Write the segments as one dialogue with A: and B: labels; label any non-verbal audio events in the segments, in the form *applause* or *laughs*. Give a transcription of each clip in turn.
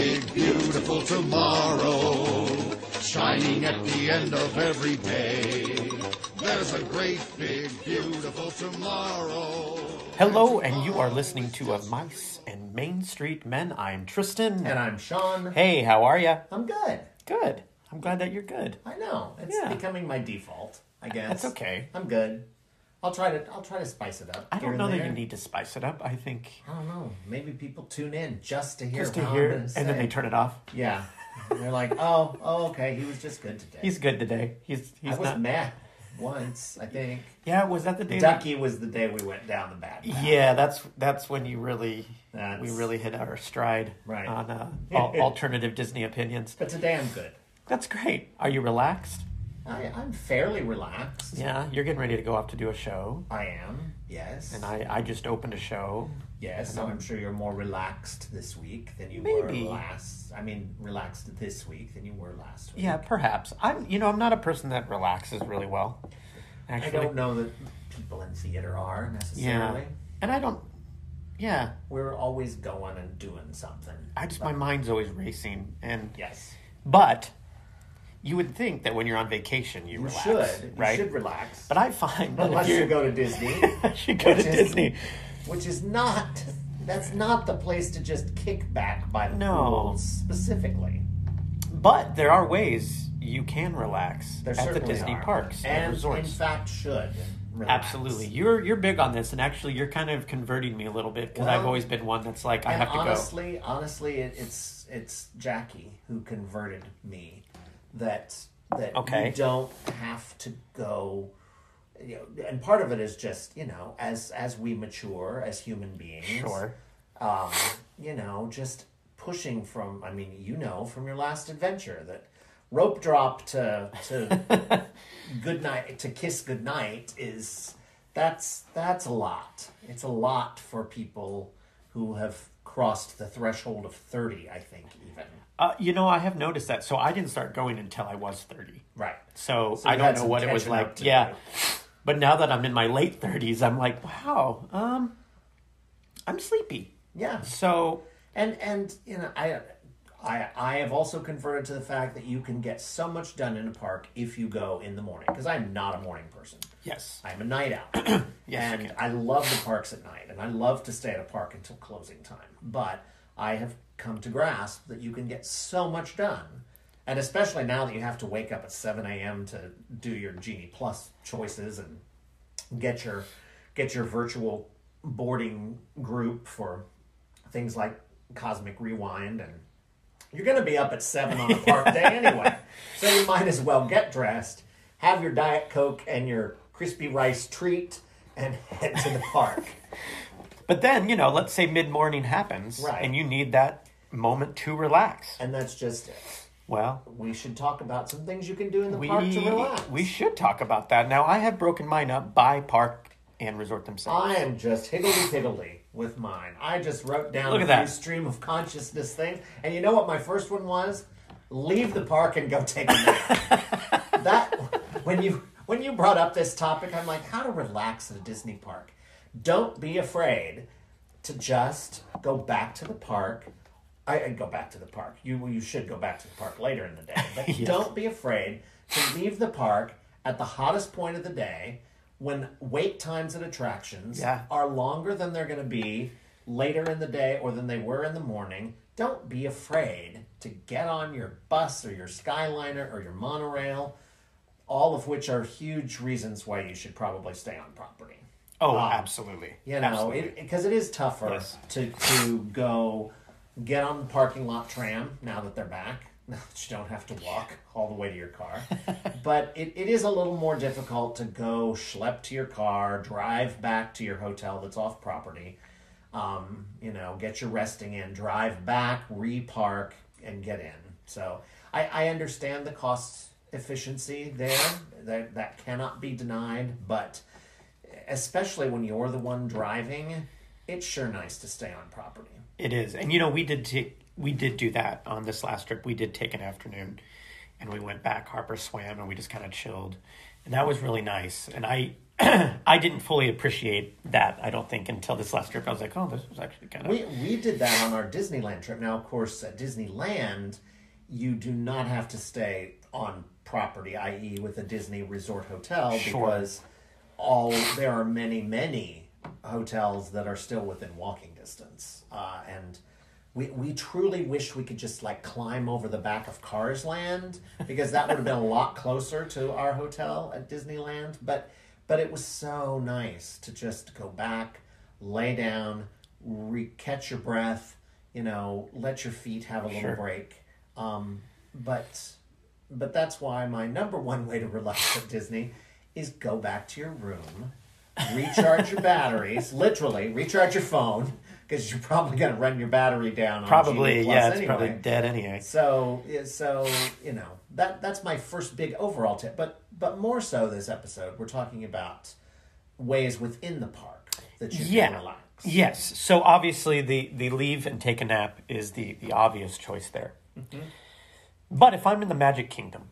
A: beautiful tomorrow, shining at the end of every day. There's a great big beautiful tomorrow.
B: Hello, and you are listening to Of Mice and Main Street Men. I'm Tristan.
C: And I'm Sean.
B: hey, how are you?
C: I'm good.
B: Good. I'm glad that you're good.
C: I know. It's
B: Yeah.
C: becoming my default, I guess.
B: That's okay.
C: I'm good. I'll try to I'll try to spice it up.
B: I
C: here
B: don't
C: and
B: know that
C: there.
B: you need to spice it up. I think
C: I don't know. Maybe people tune in just to hear
B: just to
C: what
B: hear,
C: I'm gonna
B: and
C: say.
B: then they turn it off.
C: Yeah. And they're like, "Oh, oh, okay, he was just good today."
B: He's good today. He's
C: I
B: he's
C: was
B: not.
C: mad once, I think.
B: Yeah, was that the day? that-
C: Ducky was the day we went down the bad path.
B: yeah, that's that's when you really we
C: That's-
B: really hit our stride
C: Right.
B: on
C: *laughs*
B: uh, al- alternative Disney opinions.
C: But today I'm good.
B: That's great. Are you relaxed?
C: I, I'm fairly relaxed.
B: Yeah, you're getting ready to go off to do a show,
C: I am. Yes.
B: and I I just opened a show.
C: Yes, so I'm sure you're more relaxed this week than you
B: Maybe.
C: were last. I mean, relaxed this week than you were last week.
B: Yeah, perhaps. I'm you know I'm not a person that relaxes really well.
C: I
B: Actually,
C: don't know that people in theater are
B: yeah,
C: necessarily.
B: and I don't. Yeah,
C: We're always going and doing something.
B: I just my mind's always racing, and
C: Yes,
B: but you would think that when you're on vacation you,
C: you
B: relax,
C: should. You
B: right?
C: should relax,
B: But I find that
C: unless
B: if
C: you
B: you're, *laughs*
C: go to Disney,
B: you go to
C: which is-
B: Disney,
C: which is not. That's not the place to just kick back by the
B: No.
C: pool specifically.
B: but there are ways you can relax
C: There
B: at the
C: certainly
B: Disney
C: are.
B: parks and,
C: and in
B: resorts.
C: fact should. Relax.
B: Absolutely, you're you're big on this, and actually, you're kind of converting me a little bit because I've
C: Well,
B: always been one that's like I
C: And
B: have to go.
C: honestly, honestly, it, it's it's Jackie who converted me that that
B: Okay.
C: you don't have to go. You know, and part of it is just you know, as as we mature as human beings,
B: Sure.
C: um, you know, just pushing from. I mean, you know, from your last adventure that rope drop to to good night to kiss good night is that's that's a lot. It's a lot for people who have crossed the threshold of thirty. I think even
B: Uh, you know, I have noticed that. So I didn't start going until I was 30.
C: right.
B: So,
C: So
B: I
C: you
B: don't
C: had
B: know
C: some
B: what it was
C: catching up
B: like.
C: to
B: Yeah.
C: do.
B: But now that I'm in my late 30s, I'm like, wow, um, I'm sleepy.
C: Yeah,
B: So,
C: and and you know I. I, I have also converted to the fact that you can get so much done in a park if you go in the morning because I'm not a morning person.
B: yes.
C: I'm a night owl.
B: *clears throat* Yes, you
C: and I love the parks at night, and I love to stay at a park until closing time. But I have come to grasp that you can get so much done. And especially now that you have to wake up at 7 a.m. to do your Genie Plus choices and get your get your virtual boarding group for things like Cosmic Rewind and you're going to be up at 7 on a park
B: *laughs*
C: day anyway. So you might as well get dressed, have your Diet Coke and your crispy rice treat, and *laughs* head to the park.
B: But then, you know, let's say mid morning happens
C: Right.
B: and you need that moment to relax.
C: and that's just it.
B: Well,
C: We should talk about some things you can do in the
B: we,
C: park to relax.
B: we should talk about that. Now, I have broken mine up by park and resort themselves.
C: I am just higgledy piggledy with mine. I just wrote down
B: Look
C: a
B: at that.
C: few stream of consciousness things. And you know what my first one was? Leave the park and go take a nap. that when you when you brought up this topic, I'm like, how to relax at a Disney park. Don't be afraid to just go back to the park. I, I go back to the park. You you should go back to the park later in the day, but don't be afraid to leave the park at the hottest point of the day when wait times at attractions
B: Yeah.
C: are longer than they're going to be later in the day or than they were in the morning. Don't be afraid to get on your bus or your Skyliner or your monorail, all of which are huge reasons why you should probably stay on property.
B: oh, absolutely.
C: Ah. You know,
B: Absolutely.
C: because it is tougher
B: Yes.
C: to to go get on the parking lot tram now that they're back. *laughs* Now that you don't have to walk all the way to your
B: *laughs*
C: car. but it, it is a little more difficult to go schlep to your car, drive back to your hotel that's off property, um, you know, get your resting in, drive back, repark, and get in. So I, I understand the cost efficiency there. That, that cannot be denied, but especially when you're the one driving, it's sure nice to stay on property.
B: It is, and you know we did take we did do that on this last trip. We did take an afternoon, and we went back. Harper swam, and we just kind of chilled, and that was really nice. And I *clears throat* I didn't fully appreciate that. I don't think until this last trip, I was like, oh, this was actually kind of
C: We we did that on our Disneyland trip. Now, of course, at Disneyland, you do not have to stay on property, i.e., with a Disney resort hotel,
B: Sure.
C: because all there are many many hotels that are still within walking distance, uh, and. We, we truly wish we could just like climb over the back of Cars Land because that would have been a lot closer to our hotel at Disneyland. But but it was so nice to just go back, lay down, re- catch your breath, you know, let your feet have a little
B: Sure.
C: break. Um, but but that's why my number one way to relax at Disney is go back to your room, recharge
B: *laughs*
C: your batteries, literally recharge your phone because you're probably going to run your battery down. On
B: probably
C: Genie
B: yeah,
C: Plus
B: it's
C: anyway.
B: probably dead anyway.
C: So yeah, so you know that that's my first big overall tip, but but more so this episode we're talking about ways within the park that you can
B: Yeah.
C: relax.
B: Yes. So obviously the the leave and take a nap is the the obvious choice there.
C: Mm-hmm.
B: But if I'm in the Magic Kingdom,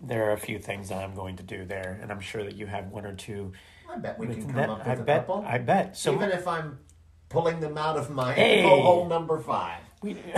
B: there are a few things that I'm going to do there, and I'm sure that you have one or two.
C: I bet we can come
B: That,
C: up
B: I
C: with a
B: bet.
C: couple.
B: I bet. So
C: Even if I'm pulling them out of my
B: Hey.
C: hole number five. *laughs*
B: we, *laughs*
C: See,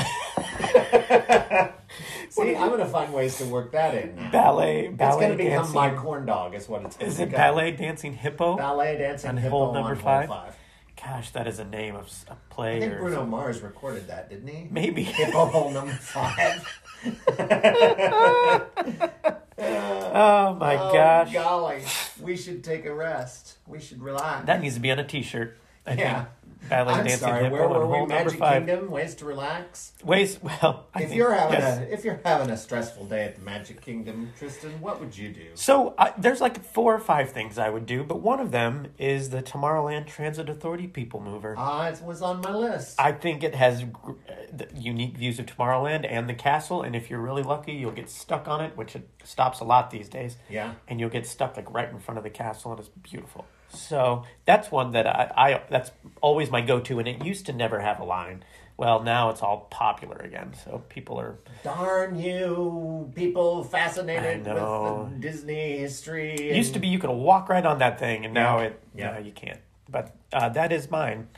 C: I'm gonna find ways to work that in. Now.
B: ballet
C: It's
B: ballet
C: gonna become
B: dancing.
C: my corn dog. Is what it's gonna
B: is it
C: become.
B: ballet dancing hippo?
C: Ballet dancing
B: On
C: hippo
B: hole
C: on
B: number
C: hole
B: five?
C: five.
B: Gosh, that is a name of s- a
C: I
B: play
C: think
B: or
C: Bruno Mars recorded that, didn't he?
B: maybe.
C: Hippo *laughs* hole number five.
B: *laughs* Oh my *laughs*
C: Oh,
B: gosh,
C: golly, we should take a rest. We should relax.
B: that needs to be on a T-shirt. I
C: yeah.
B: think ballet
C: I'm
B: dancing
C: sorry.
B: hippo
C: Where
B: on
C: were we?
B: hole number
C: Magic
B: five.
C: Kingdom. Ways to relax.
B: Ways well, I
C: If
B: think-
C: you're having
B: yes.
C: a if you're having a stressful day at the Magic Kingdom, Tristan, what would you do?
B: So I there's like four or five things I would do, but one of them is the Tomorrowland Transit Authority people mover.
C: Ah, it was on my list.
B: I think it has gr- uh, the unique views of Tomorrowland and the castle, and if you're really lucky, you'll get stuck on it, which it stops a lot these days.
C: Yeah.
B: and you'll get stuck like right in front of the castle, and it's beautiful. So that's one that I, I that's always my go-to, and it used to never have a line. Well, now it's all popular again, so people are
C: Darn you, people fascinated
B: I
C: with
B: know.
C: the Disney history.
B: It
C: and-
B: used to be you could walk right on that thing, and now
C: Yeah.
B: it
C: Yeah.
B: no, you can't. But uh, that is mine.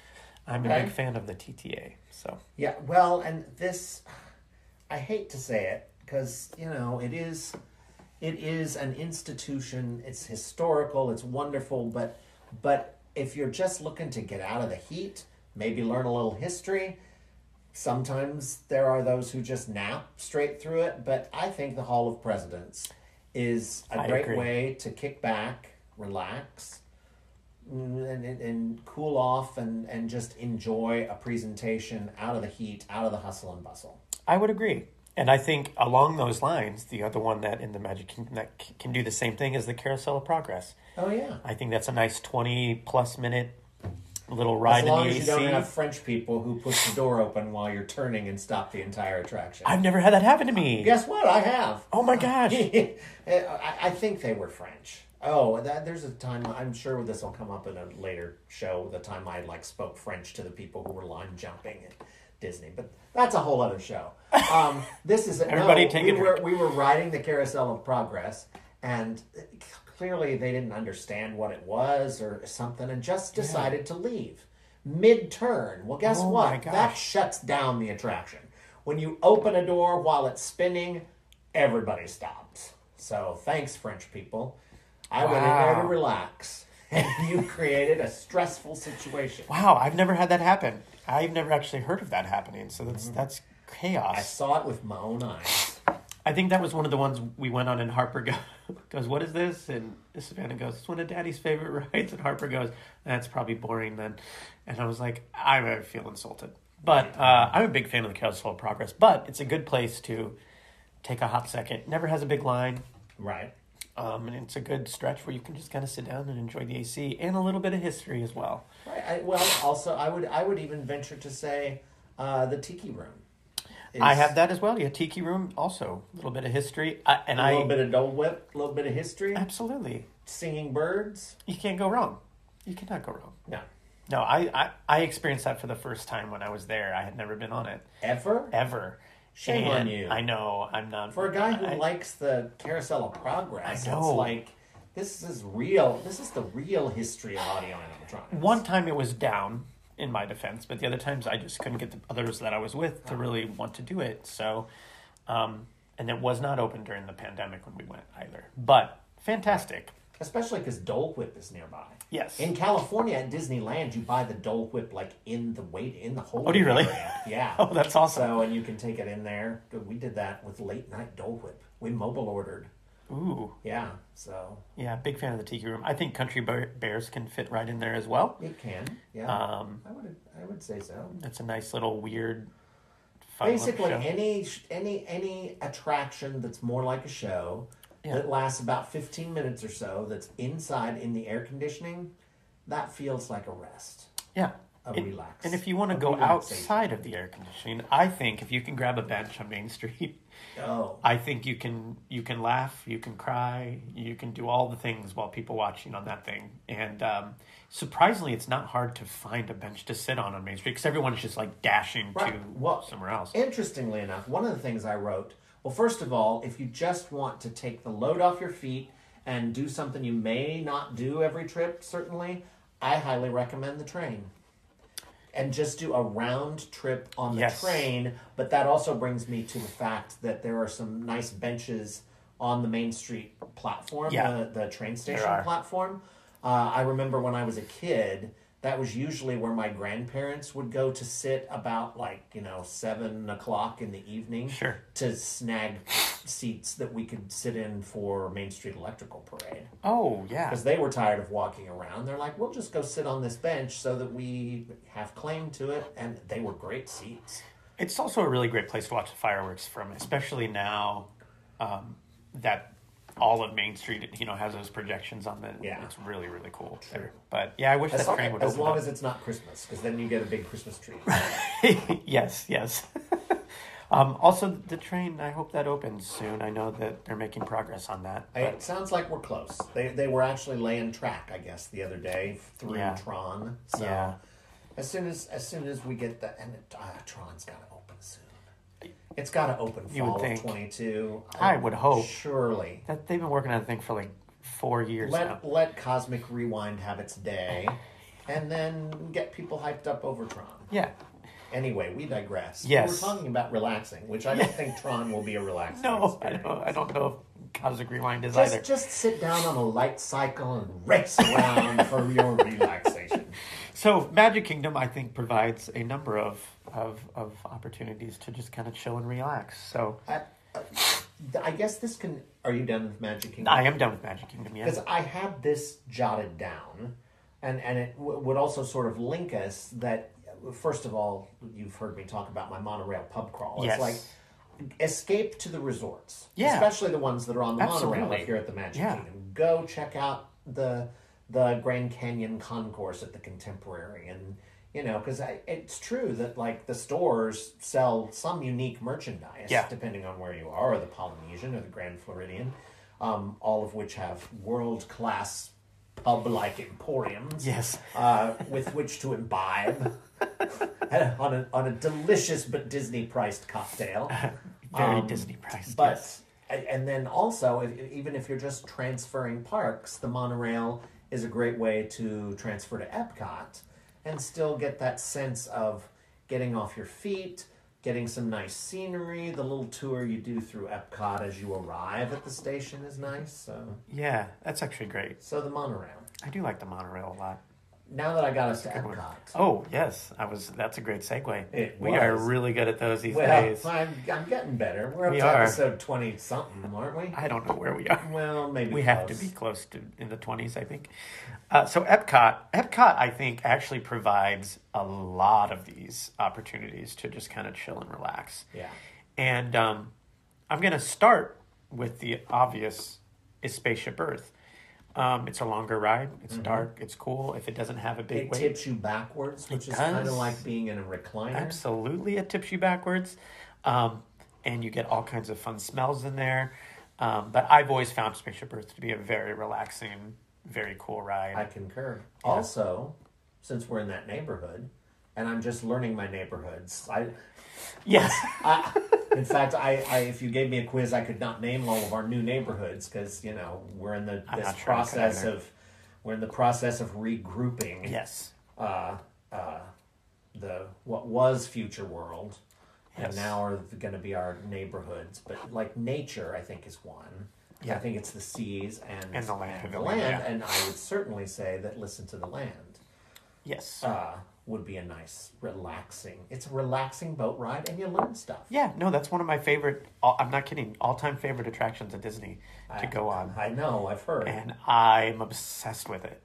B: I'm a
C: Okay.
B: big fan of the TTA. So
C: Yeah, well, and this, I hate to say it because you know it is, it is an institution. It's historical. It's wonderful, but but if you're just looking to get out of the heat, maybe learn a little history. Sometimes there are those who just nap straight through it, but I think the Hall of Presidents is a
B: I
C: great
B: agree.
C: way to kick back, relax, mm, and, and, and cool off and, and just enjoy a presentation out of the heat, out of the hustle and bustle.
B: I would agree, and I think along those lines, the other one that in the Magic Kingdom that c- can do the same thing is the Carousel of Progress.
C: Oh, yeah.
B: I think that's a nice twenty plus minute little
C: As
B: ride
C: long
B: in the
C: as you don't
B: AC.
C: have French people who push the door open while you're turning and stop the entire attraction.
B: I've never had that happen to me.
C: Guess what? I have.
B: Oh my gosh.
C: *laughs* I, Eh, I think they were French. Oh, that, there's a time I'm sure this will come up in a later show. The time I like spoke French to the people who were line jumping at Disney, but that's a whole
B: *laughs*
C: other show. Um, this is
B: Everybody
C: no,
B: take
C: we
B: a
C: were we were riding the carousel of progress, and uh, clearly they didn't understand what it was or something, and just decided to leave mid turn. Well, guess
B: Oh my
C: what?
B: gosh.
C: That shuts down the attraction. When you open a door while it's spinning, everybody stops. So thanks, French people. I went in there to
B: Wow.
C: relax, *laughs* and you created a stressful situation.
B: Wow, I've never had that happen. I've never actually heard of that happening. So that's
C: Mm-hmm.
B: that's chaos.
C: I saw it with my own eyes.
B: I think that was one of the ones we went on, and Harper go, *laughs* goes, "What is this?" And Savannah goes, "It's one of Daddy's favorite *laughs* rides." And Harper goes, "That's probably boring then." And I was like, "I would feel insulted." But uh, I'm a big fan of the Carousel of Progress. But it's a good place to take a hot second. Never has a big line,
C: Right.
B: um, and it's a good stretch where you can just kind of sit down and enjoy the AC and a little bit of history as well.
C: Right. I, well, also, I would I would even venture to say uh, the Tiki Room. is
B: I have that as well. Yeah, Tiki Room also a little bit of history, I, and
C: A little
B: I
C: bit of Dole Whip, a little bit of history,
B: absolutely
C: singing birds.
B: you can't go wrong. You cannot go wrong.
C: No.
B: No, I, I, I experienced that for the first time when I was there. I had never been on it
C: Ever?
B: ever.
C: Shame on
B: And
C: you.
B: I know I'm not
C: For a guy who
B: I-
C: likes the carousel of progress,
B: I know.
C: it's like This is real. This is the real history of audio animatronics.
B: One time it was down in my defense, but the other times I just couldn't get the others that I was with to really want to do it. So, um, and it was not open during the pandemic when we went either. But fantastic.
C: Especially because Dole Whip is nearby.
B: Yes.
C: In California at Disneyland, you buy the Dole Whip like in the wait in the whole.
B: Oh, do you really? *laughs*
C: Yeah.
B: Oh, that's awesome.
C: So and you can take it in there. We did that with late night Dole Whip. We mobile ordered.
B: Ooh,
C: Yeah. So
B: yeah, big fan of the Tiki Room. I think Country Bear- Bears can fit right in there as well.
C: it can. Yeah.
B: Um,
C: I would. I would say so.
B: That's a nice little weird. Fun little
C: Basically,
B: show.
C: any sh- any any attraction that's more like a show
B: Yeah.
C: that lasts about fifteen minutes or so. That's inside in the air conditioning. That feels like a rest.
B: Yeah.
C: A
B: And-
C: relax-
B: And if you want to
C: a
B: go
C: relaxation.
B: outside of the air conditioning, I think if you can grab a bench on Main Street, *laughs*
C: Oh,
B: I think you can you can laugh, you can cry, you can do all the things while people watching on that thing. And um, surprisingly, it's not hard to find a bench to sit on on Main Street because everyone's just like dashing to
C: Right. Well,
B: somewhere else.
C: Interestingly enough, one of the things I wrote well, first of all, if you just want to take the load off your feet and do something you may not do every trip, certainly, I highly recommend the train. And just do a round trip on the
B: Yes.
C: train. But that also brings me to the fact that there are some nice benches on the Main Street platform,
B: Yeah.
C: the, the train station
B: are.
C: platform. Uh, I remember when I was a kid, that was usually where my grandparents would go to sit about like, you know, seven o'clock in the evening
B: Sure.
C: to snag seats that we could sit in for Main Street Electrical Parade.
B: oh yeah,
C: Because they were tired of walking around. They're like, we'll just go sit on this bench so that we have claim to it. And they were great seats.
B: it's also a really great place to watch the fireworks from, especially now um, that all of Main Street you know has those projections on the.
C: Yeah.
B: it's really really cool. There. But yeah, I wish
C: As
B: that
C: long,
B: train would
C: as,
B: open
C: long
B: up.
C: as it's not Christmas, because then you get a big Christmas tree.
B: *laughs* yes, yes. um, also, the train. I hope that opens soon. I know that they're making progress on that.
C: Hey, It sounds like we're close. They they were actually laying track, I guess, the other day through
B: Yeah.
C: Tron. So
B: Yeah.
C: as soon as as soon as we get that, and uh, Tron's got to open soon. It's got to open
B: You would
C: fall of
B: think.
C: twenty two.
B: I would hope.
C: surely.
B: That they've been working on the thing for like four years now.
C: Let let Cosmic Rewind have its day, and then get people hyped up over Tron.
B: Yeah. *laughs*
C: Anyway, we digress.
B: Yes.
C: we're talking about relaxing, which I don't think Tron will be a
B: *laughs*
C: relaxing.
B: No, I
C: experience.
B: don't, I don't know if Cosmic Rewind is either.
C: Just, just sit down on a light cycle and race around
B: *laughs*
C: for your relaxation.
B: So Magic Kingdom, I think, provides a number of of, of opportunities to just kind of chill and relax. So
C: I, I guess this can. Are you done with Magic Kingdom?
B: I am done with Magic Kingdom. Yeah.
C: Because I had this jotted down, and and it w- would also sort of link us that. First of all, you've heard me talk about my monorail pub crawl.
B: Yes.
C: It's like escape to the resorts,
B: Yeah.
C: especially the ones that are on the monorail.
B: Absolutely.
C: If you're at the Magic
B: Yeah.
C: Kingdom, go check out the the Grand Canyon concourse at the Contemporary, and you know because it's true that like the stores sell some unique merchandise
B: Yeah.
C: depending on where you are, or the Polynesian or the Grand Floridian, um, all of which have world class pub like emporiums
B: Yes.
C: uh, with which to imbibe *laughs* on, a, on a delicious but Disney
B: *laughs*
C: priced cocktail.
B: Very Disney price.
C: Um, But
B: yes.
C: a- and then also, if, even if you're just transferring parks, the monorail is a great way to transfer to Epcot and still get that sense of getting off your feet, getting some nice scenery. The little tour you do through Epcot as you arrive at the station is nice. So,
B: yeah, that's actually great.
C: so the monorail.
B: I do like the monorail a lot.
C: Now that I got us to Epcot.
B: Oh yes, I was. That's a great segue.
C: It
B: we are
C: was.
B: really good at those these
C: Well,
B: days.
C: I'm, I'm getting better. We're up
B: We
C: to
B: are.
C: episode 20 something, aren't we?
B: I don't know where we are.
C: Well, maybe
B: We have to
C: close.
B: be close to in the twenties, I think. Uh, so Epcot, Epcot, I think actually provides a lot of these opportunities to just kind of chill and relax.
C: Yeah.
B: And um, I'm going to start with the obvious: is Spaceship Earth. Um, it's a longer ride. It's dark. It's cool. If it doesn't have a big weight,
C: It Mm-hmm. tips you backwards, which is kind
B: does.
C: of like being in a recliner.
B: Absolutely, it tips you backwards, um, and you get all kinds of fun smells in there. Um, but I've always found Spaceship Earth to be a very relaxing, very cool ride.
C: I concur. Also, since we're in *laughs* that neighborhood, and I'm just learning my neighborhoods, I
B: *laughs* yes,
C: I, In fact, I, I if you gave me a quiz, I could not name all of our new neighborhoods because you know we're in the
B: I'm
C: this
B: not sure I could
C: process
B: either.
C: of we're in the process of regrouping
B: Yes.
C: uh, uh, the what was future world and
B: Yes.
C: now are going to be our neighborhoods but like nature i think is one i
B: Yeah.
C: think it's the seas and,
B: And the land.
C: the
B: Yeah.
C: land and i would certainly say that listen to the land
B: Yes.
C: uh, would be a nice relaxing it's a relaxing boat ride and you learn stuff
B: yeah. No, that's one of my favorite. All, I'm not kidding. All time favorite attractions at Disney to go on.
C: i know i've heard
B: and I'm obsessed with it.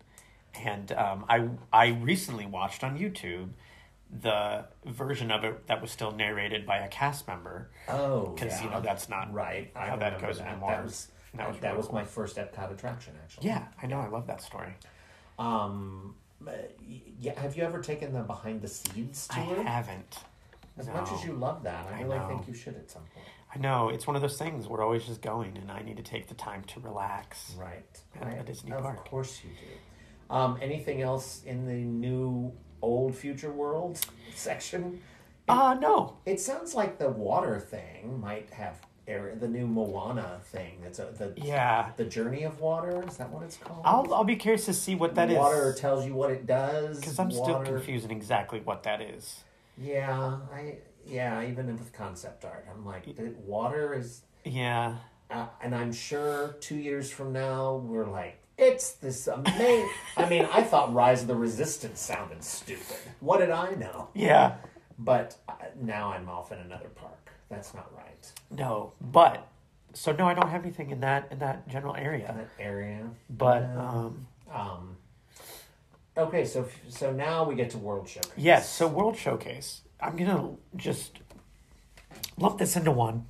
B: And um, I I recently watched on YouTube the version of it that was still narrated by a cast member
C: oh
B: because you
C: yeah.
B: know that's not
C: right i
B: how that
C: remember
B: goes
C: that.
B: in
C: that
B: memoirs.
C: was
B: And
C: that,
B: that
C: was,
B: was really cool.
C: my first epcot attraction actually
B: Yeah, I know. I love that story.
C: Um, uh, y- yeah, have you ever taken the behind the scenes
B: I
C: tour?
B: haven't.
C: As much as
B: No.
C: you love that, I,
B: I
C: really
B: know.
C: think you should at some point.
B: I know it's one of those things we're always just going, and I need to take the time to relax.
C: Right.
B: At a Disney
C: of
B: park.
C: course you do. Um, anything else in the new old future world *laughs* section?
B: Ah, no.
C: It sounds like the water thing might have air, the new Moana thing. That's a, the
B: Yeah,
C: the journey of water. Is that what it's called?
B: I'll I'll be curious to see what that is.
C: water tells you what it does.
B: because I'm still
C: Water-
B: confused in exactly what that is.
C: Yeah, I yeah. Even with concept art, I'm like, the water is
B: Yeah.
C: uh, and I'm sure two years from now we're like, it's this amazing. I mean, I thought Rise of the Resistance sounded stupid. What did I know?
B: Yeah.
C: But uh, now I'm off in another park. That's not right.
B: No, but so no, I don't have anything in that in that general area.
C: That area.
B: But um,
C: Um. Okay, so so now we get to World Showcase.
B: yes, so World Showcase. I'm gonna just lump this into one.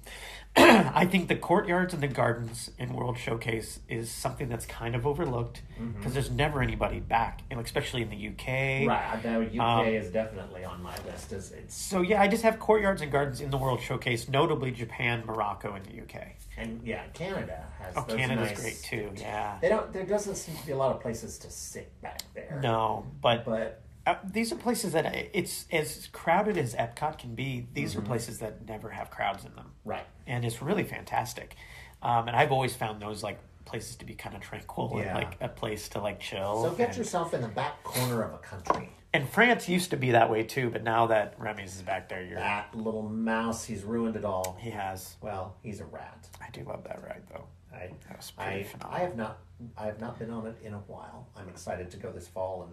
B: *clears throat* I think the courtyards and the gardens in World Showcase is something that's kind of overlooked because there's never anybody back, and especially in the UK.
C: Mm-hmm. Right. I know UK
B: Um,
C: is definitely on my list. Is it's
B: So yeah, I just have courtyards and gardens in the World Showcase, notably Japan, Morocco, and the UK.
C: and yeah, Canada has.
B: Oh,
C: those
B: Canada's
C: nice-
B: great too. Yeah.
C: They don't. There doesn't seem to be a lot of places to sit back there.
B: No,
C: But
B: Uh, these are places that I- it's as crowded as Epcot can be. These
C: Mm-hmm.
B: are places that never have crowds in them,
C: right.
B: and it's really fantastic. Um, and I've always found those like places to be kind of tranquil
C: Yeah.
B: and like a place to like chill.
C: So get
B: and,
C: yourself in the back corner of a country.
B: and France used to be that way too, but now that Remy's is back there, you're
C: That little mouse, he's ruined it all.
B: he has.
C: Well, he's a rat.
B: I do love that ride though.
C: I,
B: was pretty
C: I, I
B: phenomenal.
C: have not, I have not been on it in a while. I'm excited to go this fall, and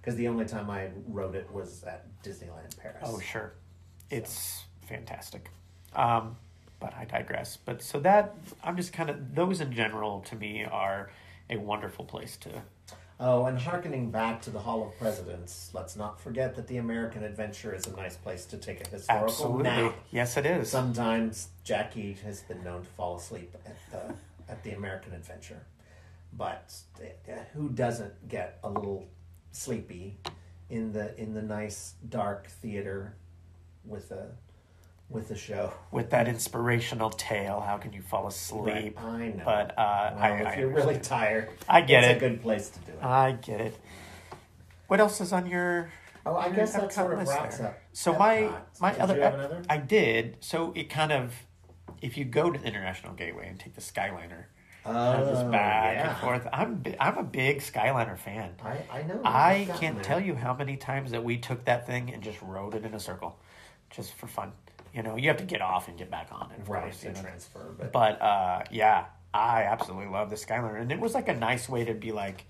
C: because the only time I rode it was at Disneyland Paris.
B: Oh sure, it's fantastic. Um, but I digress. But so that I'm just kind of those in general to me are a wonderful place to
C: Oh, and harkening back to the Hall of Presidents, let's not forget that the American Adventure is a nice place to take a historical
B: Absolutely.
C: nap.
B: Yes, it is.
C: Sometimes Jackie has been known to fall asleep at the at the American Adventure, but uh, who doesn't get a little sleepy in the in the nice dark theater with a with a show?
B: With that inspirational tale, how can you fall asleep?
C: I know,
B: But uh,
C: Well,
B: I,
C: if
B: I,
C: you're really tired,
B: I get
C: it's
B: it. Uh,
C: a good place to do it.
B: I get it. What else is on your?
C: Oh, I
B: your
C: guess that
B: Epcot
C: sort of
B: list
C: wraps
B: there?
C: up
B: So my
C: Epcot.
B: my
C: Did
B: other,
C: you have
B: Ep-
C: another?
B: I did. So it kind of, if you go to the International Gateway and take the Skyliner, kind of
C: Oh,
B: just back and
C: yeah.
B: forth. I'm bi- I'm a big Skyliner fan.
C: I, I know. Oh, I've
B: I
C: gotten
B: can't
C: there.
B: tell you how many times that we took that thing and just rode it in a circle, just for fun. You know, you have to get off and get back on it, of
C: Right,
B: course, you
C: the
B: know.
C: transfer, but
B: But uh, yeah, I absolutely love the Skyliner, and it was like a nice way to be like,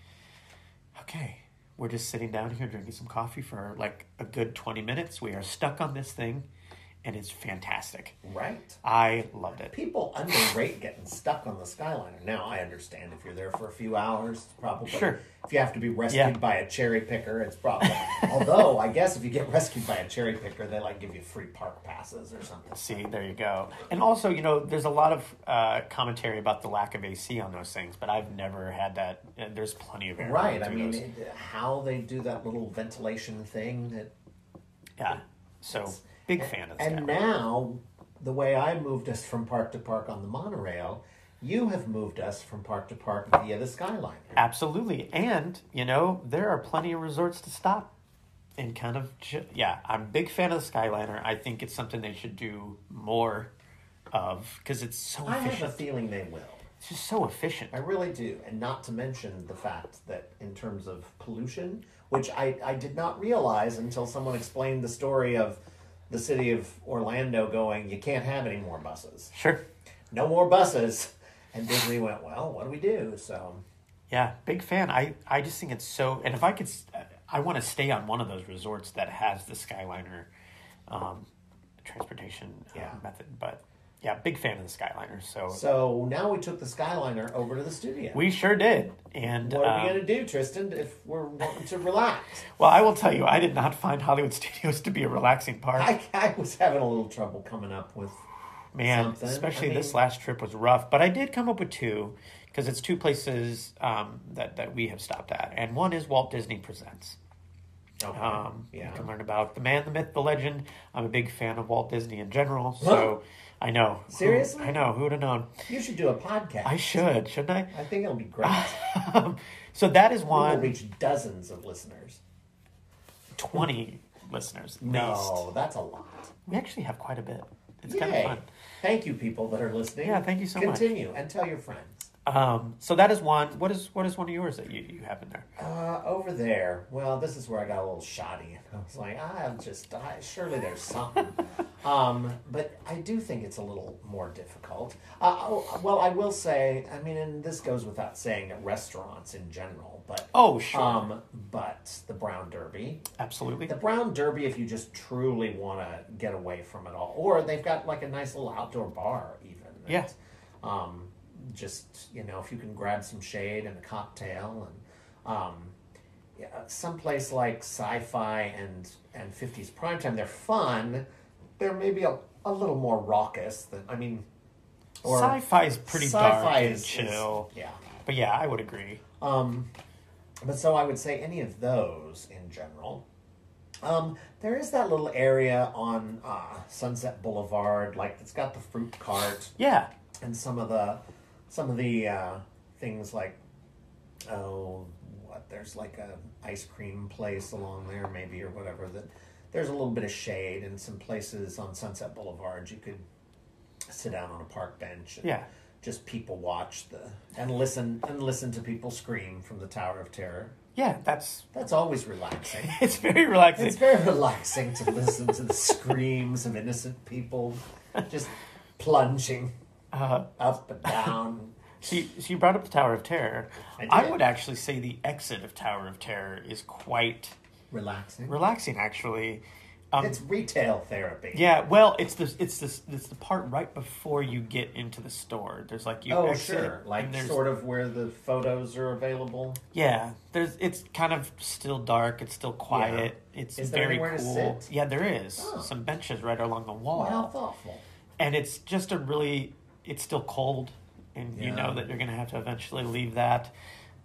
B: okay, we're just sitting down here drinking some coffee for like a good twenty minutes. We are stuck on this thing, and it's fantastic.
C: right.
B: I loved it.
C: People underrate getting stuck on the Skyliner. Now I understand if you're there for a few hours, probably.
B: Sure.
C: If you have to be rescued
B: Yeah.
C: by a cherry picker, it's probably. although I guess if you get rescued by a cherry picker, they like give you free park passes or something.
B: See, there you go. And also, you know, there's a lot of uh, commentary about the lack of AC on those things, but I've never had that. And there's plenty of air.
C: Right.
B: going
C: I
B: through
C: mean,
B: those.
C: it, how they do that little ventilation thing that
B: yeah. So big fan of the
C: And
B: Skyliner.
C: now, the way I moved us from park to park on the monorail, you have moved us from park to park via the Skyliner.
B: Absolutely. And, you know, there are plenty of resorts to stop and kind of, ju- yeah, I'm a big fan of the Skyliner. I think it's something they should do more of because it's so
C: I
B: efficient.
C: have a feeling they will.
B: It's just so efficient.
C: I really do. And not to mention the fact that in terms of pollution, which I, I did not realize until someone explained the story of the city of Orlando going, you can't have any more buses.
B: Sure.
C: No more buses. And Disney went, well, what do we do? So,
B: Yeah, big fan. I I just think it's so. And if I could, s- I want to stay on one of those resorts that has the Skyliner, um, transportation uh,
C: Yeah.
B: method. But yeah, big fan of the Skyliner. So,
C: so now we took the Skyliner over to the studio.
B: we sure did. And
C: what are we
B: um,
C: going to do, Tristan, if we're wanting to relax? *laughs*
B: well, I will tell you, I did not find Hollywood *laughs* Studios to be a relaxing park.
C: I, I was having a little trouble coming up with.
B: Man,
C: something.
B: especially
C: I
B: this
C: mean-
B: last trip was rough, but I did come up with two because it's two places um, that that we have stopped at, and one is Walt Disney Presents.
C: Okay.
B: Um,
C: yeah.
B: You can learn about the man, the myth, the legend. I'm a big fan of Walt Disney in general, so I know. Who-
C: Seriously?
B: I know. Who would have known?
C: You should do a podcast.
B: I Uh, should, shouldn't
C: I think it'll be great.
B: I? so that is
C: We will
B: one
C: reach dozens of listeners.
B: 20 listeners. at
C: No, that's a lot.
B: least. We actually have quite a bit. It's kind of
C: Yay.
B: fun.
C: Thank you, people that are listening.
B: Yeah, thank you so much.
C: Continue and tell your friends.
B: Um, so that is one. What is what is one of yours that you, you have in there?
C: Uh, over there, well, this is where I got a little shoddy. I was like, "Ah, I'm just, I, surely
B: *laughs*
C: there's something. um, but I do think it's a little more difficult. Uh, oh, well, I will say, I mean, and this goes without saying, restaurants in general, but
B: Oh, sure.
C: um, but the Brown Derby
B: Absolutely.
C: The Brown Derby, if you just truly want to get away from it all, or they've got like a nice little outdoor bar, even. that,
B: Yeah.
C: Um, just you know, if you can grab some shade and a cocktail, and um, yeah, someplace like sci-fi and and fifties primetime, they're fun. They're maybe a, a little more raucous than I mean, or
B: Sci-fi is pretty dark
C: sci-fi
B: and
C: is is-
B: chill.
C: yeah.
B: But yeah, I would agree.
C: Um, but so I would say any of those in general. Um, there is that little area on uh, Sunset Boulevard, like it's got the fruit cart
B: Yeah.
C: and some of the some of the uh, things like oh what there's like a ice cream place along there maybe or whatever that there's a little bit of shade and some places on Sunset Boulevard you could sit down on a park bench and
B: Yeah.
C: just people watch the and listen and listen to people scream from the Tower of Terror.
B: Yeah, that's *laughs*
C: That's always relaxing.
B: it's very relaxing.
C: It's very relaxing to listen to the screams of innocent people just plunging
B: Uh-huh.
C: up and down.
B: So you, so you brought up the Tower of Terror.
C: I did.
B: I, would actually say the exit of Tower of Terror is quite
C: Relaxing.
B: relaxing, actually. Um,
C: It's retail therapy.
B: yeah, well, it's the it's this it's the part right before you get into the store. There's like you
C: Oh,
B: exit,
C: sure. Like
B: and there's
C: sort of where the photos are available.
B: yeah, there's it's kind of still dark. It's still quiet. It's
C: Is there
B: very
C: anywhere to
B: cool.
C: sit?
B: Yeah, there is
C: Oh.
B: some benches right along the wall.
C: Wow, how thoughtful.
B: and it's just a really it's still cold and you
C: Yeah.
B: know that you're going to have to eventually leave that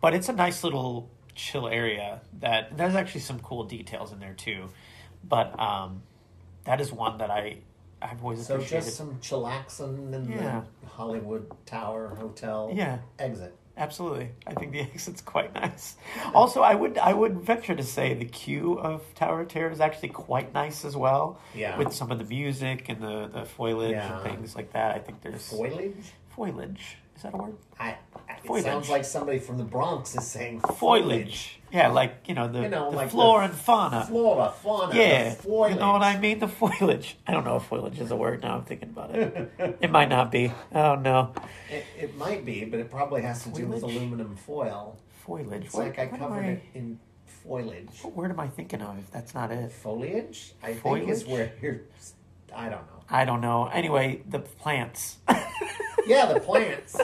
B: but it's a nice little chill area that there's actually some cool details in there too but um that is one that i i've always
C: So
B: appreciated
C: just some chillaxing in
B: Yeah.
C: the Hollywood Tower Hotel
B: Yeah.
C: exit.
B: absolutely i think the *laughs* exit's quite nice also i would i would venture to say the queue of tower of terror is actually quite nice as well
C: Yeah.
B: with some of the music and the the foliage
C: Yeah.
B: and things like that i think there's
C: Foliage?
B: foliage is that a word
C: I, I, it
B: Foliage.
C: sounds like somebody from the Bronx is saying
B: foliage. Yeah, like you know the,
C: You know,
B: the
C: like
B: flora
C: the
B: and fauna.
C: Flora, fauna,
B: yeah,
C: the foliage.
B: you know what I mean. The foliage. I don't know if foliage is a word now. I'm thinking about it. it might not be. Oh no,
C: It, it might be, but it probably has to do with
B: Foliage?
C: aluminum foil.
B: foliage.
C: It's
B: What-
C: like I
B: what am
C: covered
B: I-
C: it in foliage.
B: What word am I thinking of? If that's not it,
C: Foliage? I think
B: Foliage?
C: is where you're. I don't know.
B: I don't know. Anyway, the plants. *laughs*
C: Yeah, the plants.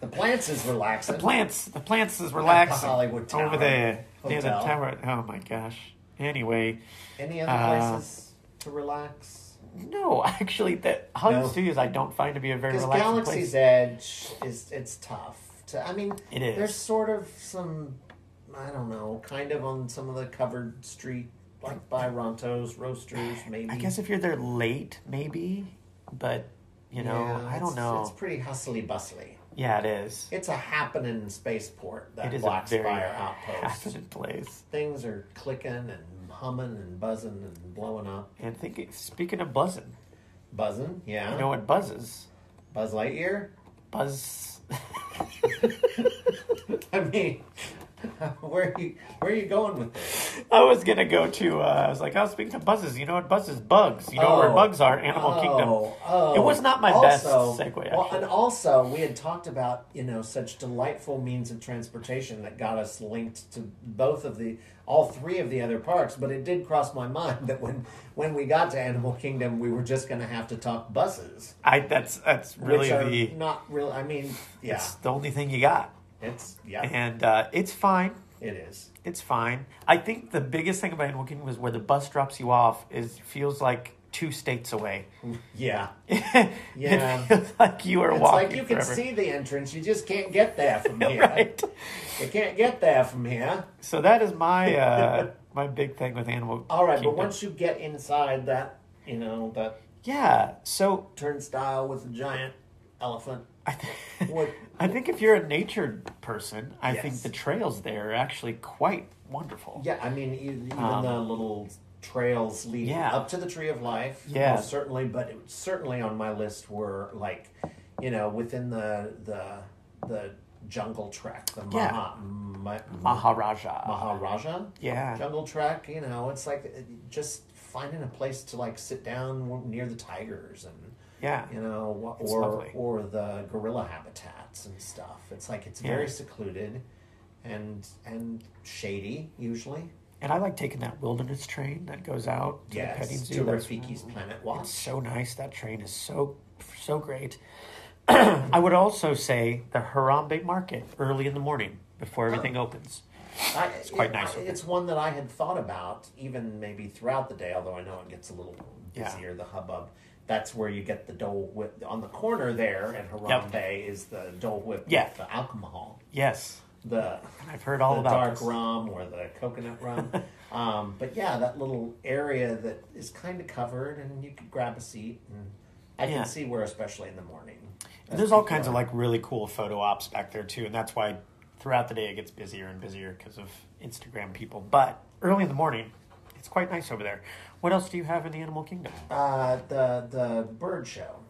C: the plants is relaxing.
B: plants. The plants is relaxing
C: Hollywood Tower
B: over there. Near the tower.
C: Hotel.
B: Oh my gosh. Anyway,
C: Any other
B: Uh,
C: places to relax?
B: no, *laughs* actually, that Hollywood
C: No.
B: Studios I don't find to be a very
C: Because
B: relaxing
C: Galaxy's
B: place.
C: Edge is it's tough. To, I mean,
B: It is.
C: There's sort of some, I don't know, kind of on some of the covered street, like by Ronto's Roasters, maybe.
B: I guess if you're there late, maybe, but you know,
C: Yeah,
B: I
C: it's-
B: don't know.
C: It's pretty hustly bustly.
B: yeah, it is.
C: It's a happening spaceport. That
B: It is
C: Black
B: a very
C: Spire outpost.
B: happening place.
C: Things are clicking and humming and buzzing and blowing up.
B: And I think, it- speaking of buzzing,
C: Buzzing, yeah.
B: you know what buzzes?
C: Buzz Lightyear? *laughs*
B: Buzz. *laughs*
C: I mean, *laughs* where are you, where are you going with this?
B: I was gonna go to. Uh, I was like, oh, speaking of buzzes, you know what buzzes? Bugs. You know where
C: Oh.
B: bugs are? Animal Kingdom.
C: Oh, oh.
B: It was not my best segue,
C: Well,
B: actually.
C: and also, we had talked about you know such delightful means of transportation that got us linked to both of the all three of the other parks. But it did cross my mind that when when we got to Animal Kingdom, we were just going to have to talk buses,
B: I that's that's really
C: which are
B: the
C: not real. I mean, yeah,
B: it's the only thing you got,
C: it's yeah,
B: and uh, it's fine.
C: it is.
B: It's fine. I think the biggest thing about Animal Kingdom is where the bus drops you off is feels like two states away.
C: Yeah,
B: *laughs* it
C: Yeah.
B: feels like you are
C: it's
B: walking
C: like you can
B: forever. *laughs*
C: see the entrance, you just can't get there from here.
B: right.
C: You can't get there from here.
B: So that is
C: *laughs*
B: my uh, my big thing with Animal.
C: All right,
B: Kingdom.
C: but once you get inside that, you know, that
B: yeah. So
C: turnstile with the giant elephant,
B: I, th- *laughs*
C: What-
B: I think if you're a nature person, I think
C: Yes.
B: the trails there are actually quite wonderful.
C: yeah, I mean, e- even the little trails leading
B: Um, yeah.
C: up to the Tree of Life,
B: Yeah.
C: most certainly. But it, certainly on my list were like, you know, within the the the jungle track, the
B: Yeah.
C: Maha, Ma-
B: Maharaja.
C: Maharaja,
B: Yeah.
C: jungle track. You know, it's like uh, just finding a place to like sit down near the tigers and.
B: yeah.
C: you know, wha-
B: It's
C: or
B: lovely.
C: or the gorilla habitats and stuff. It's like it's very
B: Yeah.
C: secluded and and shady usually.
B: And I like taking that wilderness train that goes out to the petting
C: Yes,
B: zoo.
C: to
B: That's
C: Rafiki's Planet
B: It's
C: Watch.
B: so nice. That train is so so great. *clears throat* I would also say the Harambe Market early in the morning before everything
C: Oh.
B: opens.
C: I, it's
B: quite nice.
C: it's one that I had thought about even maybe throughout the day, although I know it gets a little
B: Yeah.
C: busier. The hubbub. That's where you get the dole whip on the corner there, and Harambe is the dole whip
B: Yeah.
C: with the alcohol.
B: Yes,
C: The
B: I've heard all
C: the
B: about
C: dark
B: this.
C: rum or the coconut rum.
B: *laughs*
C: um, but yeah, that little area that is kind of covered, and you could grab a seat. And I
B: Yeah.
C: can see where, especially in the morning.
B: And there's all kinds of like really cool photo ops back there too, and that's why throughout the day it gets busier and busier because of Instagram people. But early in the morning, it's quite nice over there. What else do you have in the animal kingdom?
C: uh, the the bird show.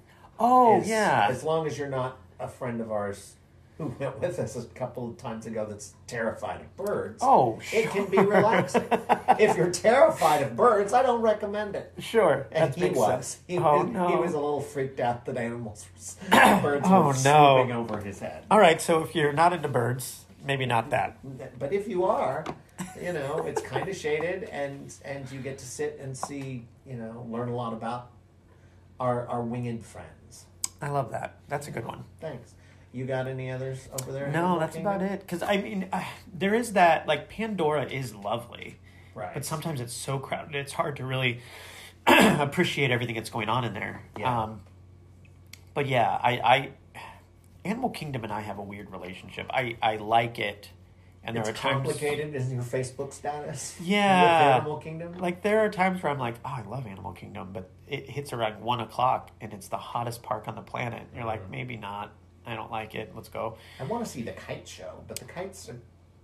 B: Oh
C: is-
B: yeah,
C: as long as you're not a friend of ours who went with us a couple of times ago that's terrified of birds.
B: Oh,
C: it can be relaxing. if you're terrified of birds, I don't recommend it.
B: sure.
C: And
B: That
C: he
B: makes
C: was.
B: sense.
C: He,
B: oh
C: was
B: no.
C: he was a little freaked out that animals,
B: *coughs*
C: were- birds
B: Oh, no.
C: were swooping over his head.
B: all right, so if you're not into birds, maybe not that.
C: But if you are, you know, it's kind of shaded, and and you get to sit and see, you know, learn a lot about our our winged friends.
B: I love that. That's a good one.
C: Thanks. You got any others over there?
B: No, that's about it. Because I mean, I, there is that like Pandora is lovely,
C: Right.
B: but sometimes it's so crowded, it's hard to really *clears throat* appreciate everything that's going on in there.
C: Yeah.
B: Um, but yeah, I, I Animal Kingdom and I have a weird relationship. I I like it, and there
C: it's
B: are times
C: complicated in your Facebook status. *laughs*
B: Yeah.
C: With Animal Kingdom.
B: like there are times where I'm like, oh, I love Animal Kingdom, but it hits around one o'clock and it's the hottest park on the planet. You're like,
C: Mm-hmm.
B: maybe not. I don't like it. Let's go.
C: I want to see the kite show, but the kites are,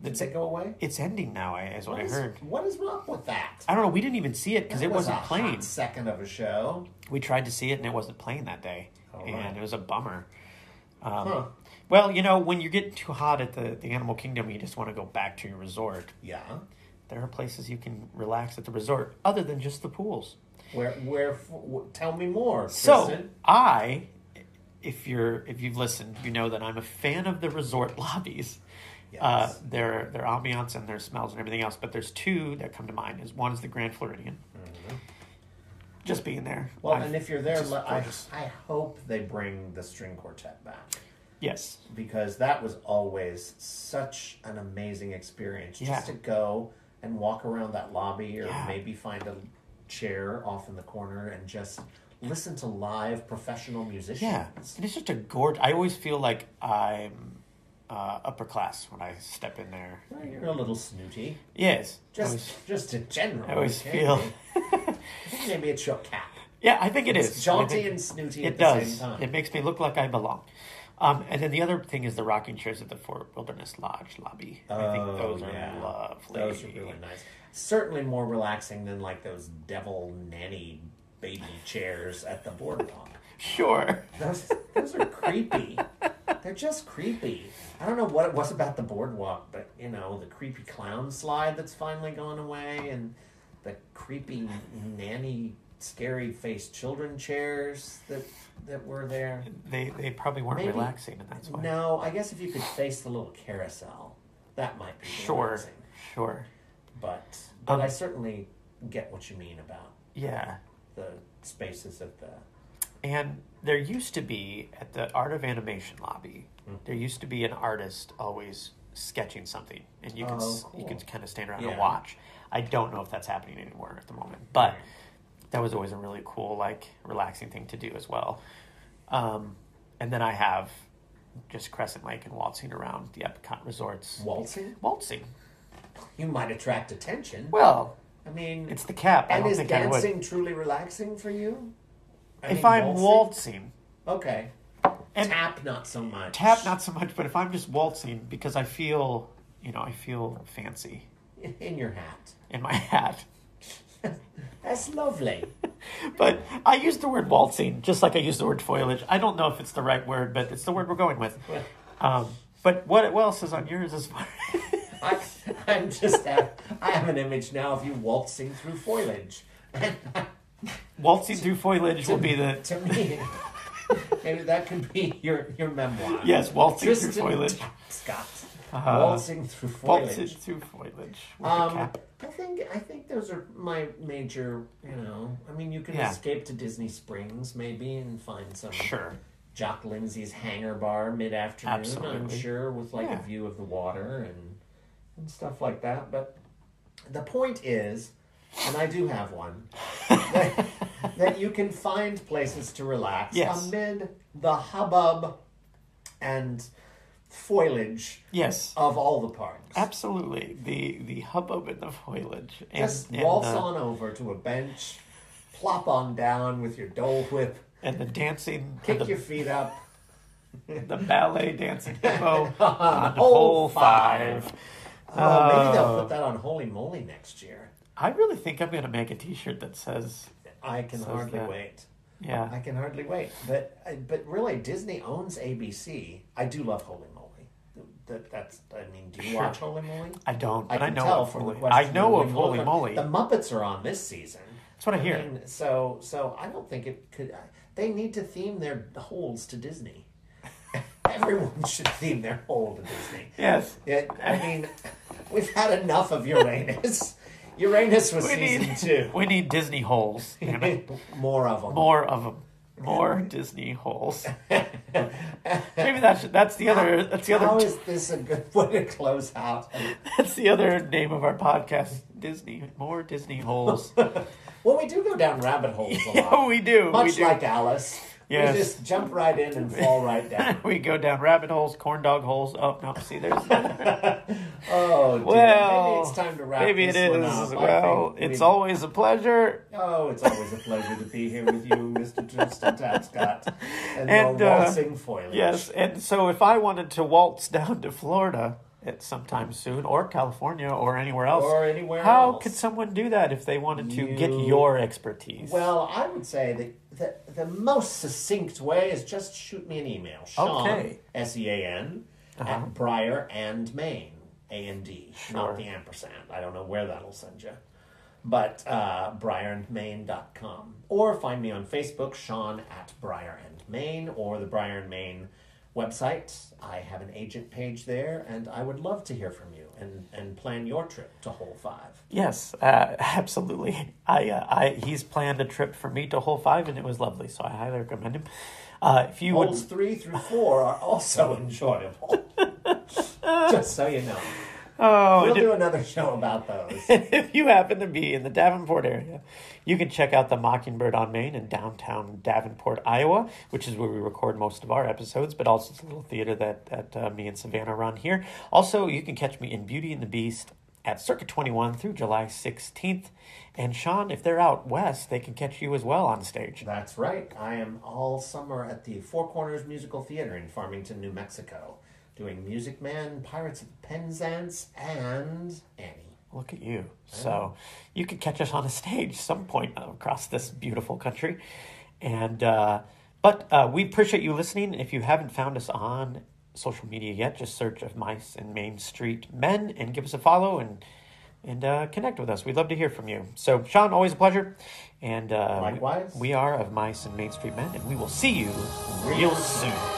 C: did they go away?
B: It's ending now. I is what,
C: What
B: I
C: is-
B: heard.
C: What is up with that?
B: I don't know. We didn't even see it because it
C: That was
B: wasn't
C: a
B: playing.
C: hot second of a show.
B: We tried to see it and it wasn't playing that day,
C: Oh,
B: and
C: right.
B: it was a bummer. Um,
C: Huh.
B: Well, you know, when you're getting too hot at the, the Animal Kingdom, you just want to go back to your resort.
C: Yeah.
B: There are places you can relax at the resort other than just the pools.
C: Where? Where? f- w- Tell me more.
B: So
C: Kristen.
B: I, if you're if you've listened, you know that I'm a fan of the resort *laughs* lobbies. Uh,
C: Yes.
B: their their ambiance and their smells and everything else. But there's two that come to mind. Is one is the Grand Floridian. Just being there.
C: Mm-hmm. Well,
B: I've-
C: and if you're there,
B: just
C: le- I,
B: gorgeous.
C: I hope they bring the string quartet back
B: yes,
C: because that was always such an amazing experience
B: Yeah.
C: just to go and walk around that lobby or
B: Yeah.
C: maybe find a chair off in the corner and just listen to live professional musicians.
B: yeah, and it's just a gorge. I always feel like I'm uh, upper class when I step in there.
C: You're a little snooty.
B: Yes, I
C: Just,
B: always,
C: just in general.
B: I always
C: okay?
B: feel. *laughs*
C: I think maybe it's your cap.
B: yeah, I think *laughs* it is.
C: It's
B: I
C: jaunty
B: think-
C: and snooty
B: It
C: at the
B: does.
C: same time.
B: It makes me look like I belong. Um, and then the other thing is the rocking chairs at the Fort Wilderness Lodge lobby. I think those are
C: Oh, yeah.
B: lovely.
C: Those are really nice. Certainly more relaxing than like those devil nanny baby chairs at the boardwalk.
B: Sure.
C: Those, those are creepy. They're just creepy. I don't know what it was about the boardwalk, but you know, the creepy clown slide that's finally gone away, and the creepy nanny, scary faced children chairs that that were there.
B: They they probably weren't
C: Maybe-
B: relaxing, and that's why.
C: No, I guess if you could face the little carousel, that might be
B: Sure.
C: relaxing.
B: Sure.
C: But but
B: Um,
C: I certainly get what you mean about
B: Yeah.
C: the spaces of the.
B: And there used to be at the Art of Animation lobby,
C: Hmm.
B: there used to be an artist always sketching something, and you could
C: Oh,
B: s you
C: cool.
B: could kind of stand around
C: Yeah.
B: and watch. I don't know if that's happening anymore at the moment, but that was always a really cool, like relaxing thing to do as well. Um, and then I have just Crescent Lake and waltzing around the Epcot resorts.
C: Waltzing?
B: Waltzing.
C: You might attract attention.
B: Well,
C: I mean,
B: it's the cap. I
C: and
B: don't
C: is
B: think I
C: dancing
B: would.
C: truly relaxing for you? I
B: If
C: mean,
B: I'm
C: waltzing?
B: waltzing
C: okay,
B: And-
C: tap not so much.
B: tap not so much but if i'm just waltzing because i feel you know i feel fancy
C: *laughs* in your hat.
B: in my *laughs* hat
C: That's lovely.
B: but i use the word waltzing just like i use the word foliage i don't know if it's the right word but it's the word we're going with um, but what, what else is on yours as far *laughs*
C: I, *laughs* I'm just at, I have an image now of you waltzing through foliage. *laughs*
B: waltzing through foliage will be the
C: to me, maybe that could be your your memoir.
B: yes waltzing through
C: Tristan
B: foliage Uh-huh.
C: Scott waltzing through foliage.
B: waltzing through foliage with a
C: Um,
B: cap.
C: I think I think those are my major. You know, I mean, you can
B: Yeah.
C: escape to Disney Springs maybe and find some
B: sure
C: Jock Lindsay's hangar bar mid afternoon. I'm
B: Absolutely.
C: sure with like
B: Yeah.
C: a view of the water and and stuff like that. But the point is, and I do have one. that, that you can find places to relax
B: Yes.
C: amid the hubbub and foliage
B: yes
C: of all the parks.
B: absolutely the the hubbub and the foliage and,
C: Just
B: and,
C: waltz
B: uh,
C: on over to a bench, plop on down with your dole whip,
B: and the dancing
C: kick
B: and the
C: your
B: *laughs*
C: feet up.
B: the ballet dancing demo on
C: Hole
B: hole
C: Uh, five.
B: five.
C: Oh, maybe they'll put that on Holy Moly next year.
B: I really think I'm gonna make a T-shirt that says,
C: I can hardly
B: that.
C: wait. I
B: "Yeah,
C: can hardly wait. But I- but really, Disney owns ABC. I do love Holy Moly. That, that's I mean, do you
B: Sure.
C: watch
B: *laughs*
C: Holy Moly?
B: I don't, but I,
C: can
B: know
C: tell
B: of
C: from the
B: Holy.
C: question.
B: I know of Holy Moly.
C: The Muppets are on this season.
B: That's what I hear.
C: mean, so so I don't think it could. I, they need to theme their holes to Disney. *laughs* Everyone should theme their hole to Disney.
B: Yes,
C: It, I mean, we've had enough of Uranus. *laughs* Uranus was
B: we
C: season
B: need *laughs*
C: two.
B: we need Disney holes.
C: *laughs*
B: damn it.
C: More of them.
B: More of them. More Disney
C: *laughs*
B: holes. Maybe that's that's the other that's the
C: How
B: other
C: is this a good *laughs* way to close out?
B: *laughs* that's the other name of our podcast. Disney more Disney
C: *laughs*
B: holes. *laughs*
C: Well, we do go down rabbit holes a lot.
B: yeah, we do. we
C: Much
B: do.
C: like Alice.
B: Yes.
C: We just jump right in and fall right
B: *laughs*
C: down.
B: we go down rabbit holes, corn dog holes. Oh no! See, there's
C: Oh,
B: Well,
C: dear. maybe it's time to wrap
B: Maybe it
C: this
B: is.
C: one up. I
B: Well,
C: think
B: it's
C: we-
B: always a pleasure.
C: Oh, it's always a pleasure to be here with you, Mr.
B: *laughs*
C: Tristan Tapscott. And,
B: And,
C: your
B: uh,
C: waltzing foliage.
B: Yes, and so if I wanted to waltz *laughs* down to Florida at sometime soon, or California, or anywhere else,
C: Or anywhere
B: how
C: else.
B: could someone do that if they wanted to get
C: You-
B: your expertise?
C: Well, I would say that the, the most succinct way is just shoot me an email. Sean,
B: Okay. Uh-huh.
C: S-E-A-N, at Briar and Maine, A-N-D,
B: Sure.
C: not the ampersand. I don't know where that'll send you. But uh, briarandmaine.com. Or find me on Facebook, Sean at Briar and Maine, or the Briar and Maine website. I have an agent page there, and I would love to hear from you and, and plan your trip to Hole 5.
B: yes, uh, *laughs* absolutely. I, uh, I, he's planned a trip for me to Whole Five, and it was lovely, so I highly recommend him. Uh, if you would,
C: Holes three through four are also enjoyable. Just so you know.
B: oh,
C: We'll
B: and
C: do another show about those.
B: *laughs* if you happen to be in the Davenport area, you can check out the Mockingbird on Main in downtown Davenport, Iowa, which is where we record most of our episodes, but also it's a little theater that, that uh, me and Savannah run here. Also, you can catch me in Beauty and the Beast at Circuit 21 through July 16th. And Sean, if they're out west, they can catch you as well on stage.
C: That's right. I am all summer at the Four Corners Musical Theater in Farmington, New Mexico, doing Music Man, Pirates of Penzance, and Annie.
B: Look at you. So you can catch us on a stage some point across this beautiful country. And, uh, But uh, we appreciate you listening. If you haven't found us on social media yet, just search of Mice and Main Street Men and give us a follow and and uh, connect with us. We'd love to hear from you. So, Sean, always a pleasure. And uh, we-
C: Likewise.
B: we are of Mice and Main Street Men, and we will see you real soon.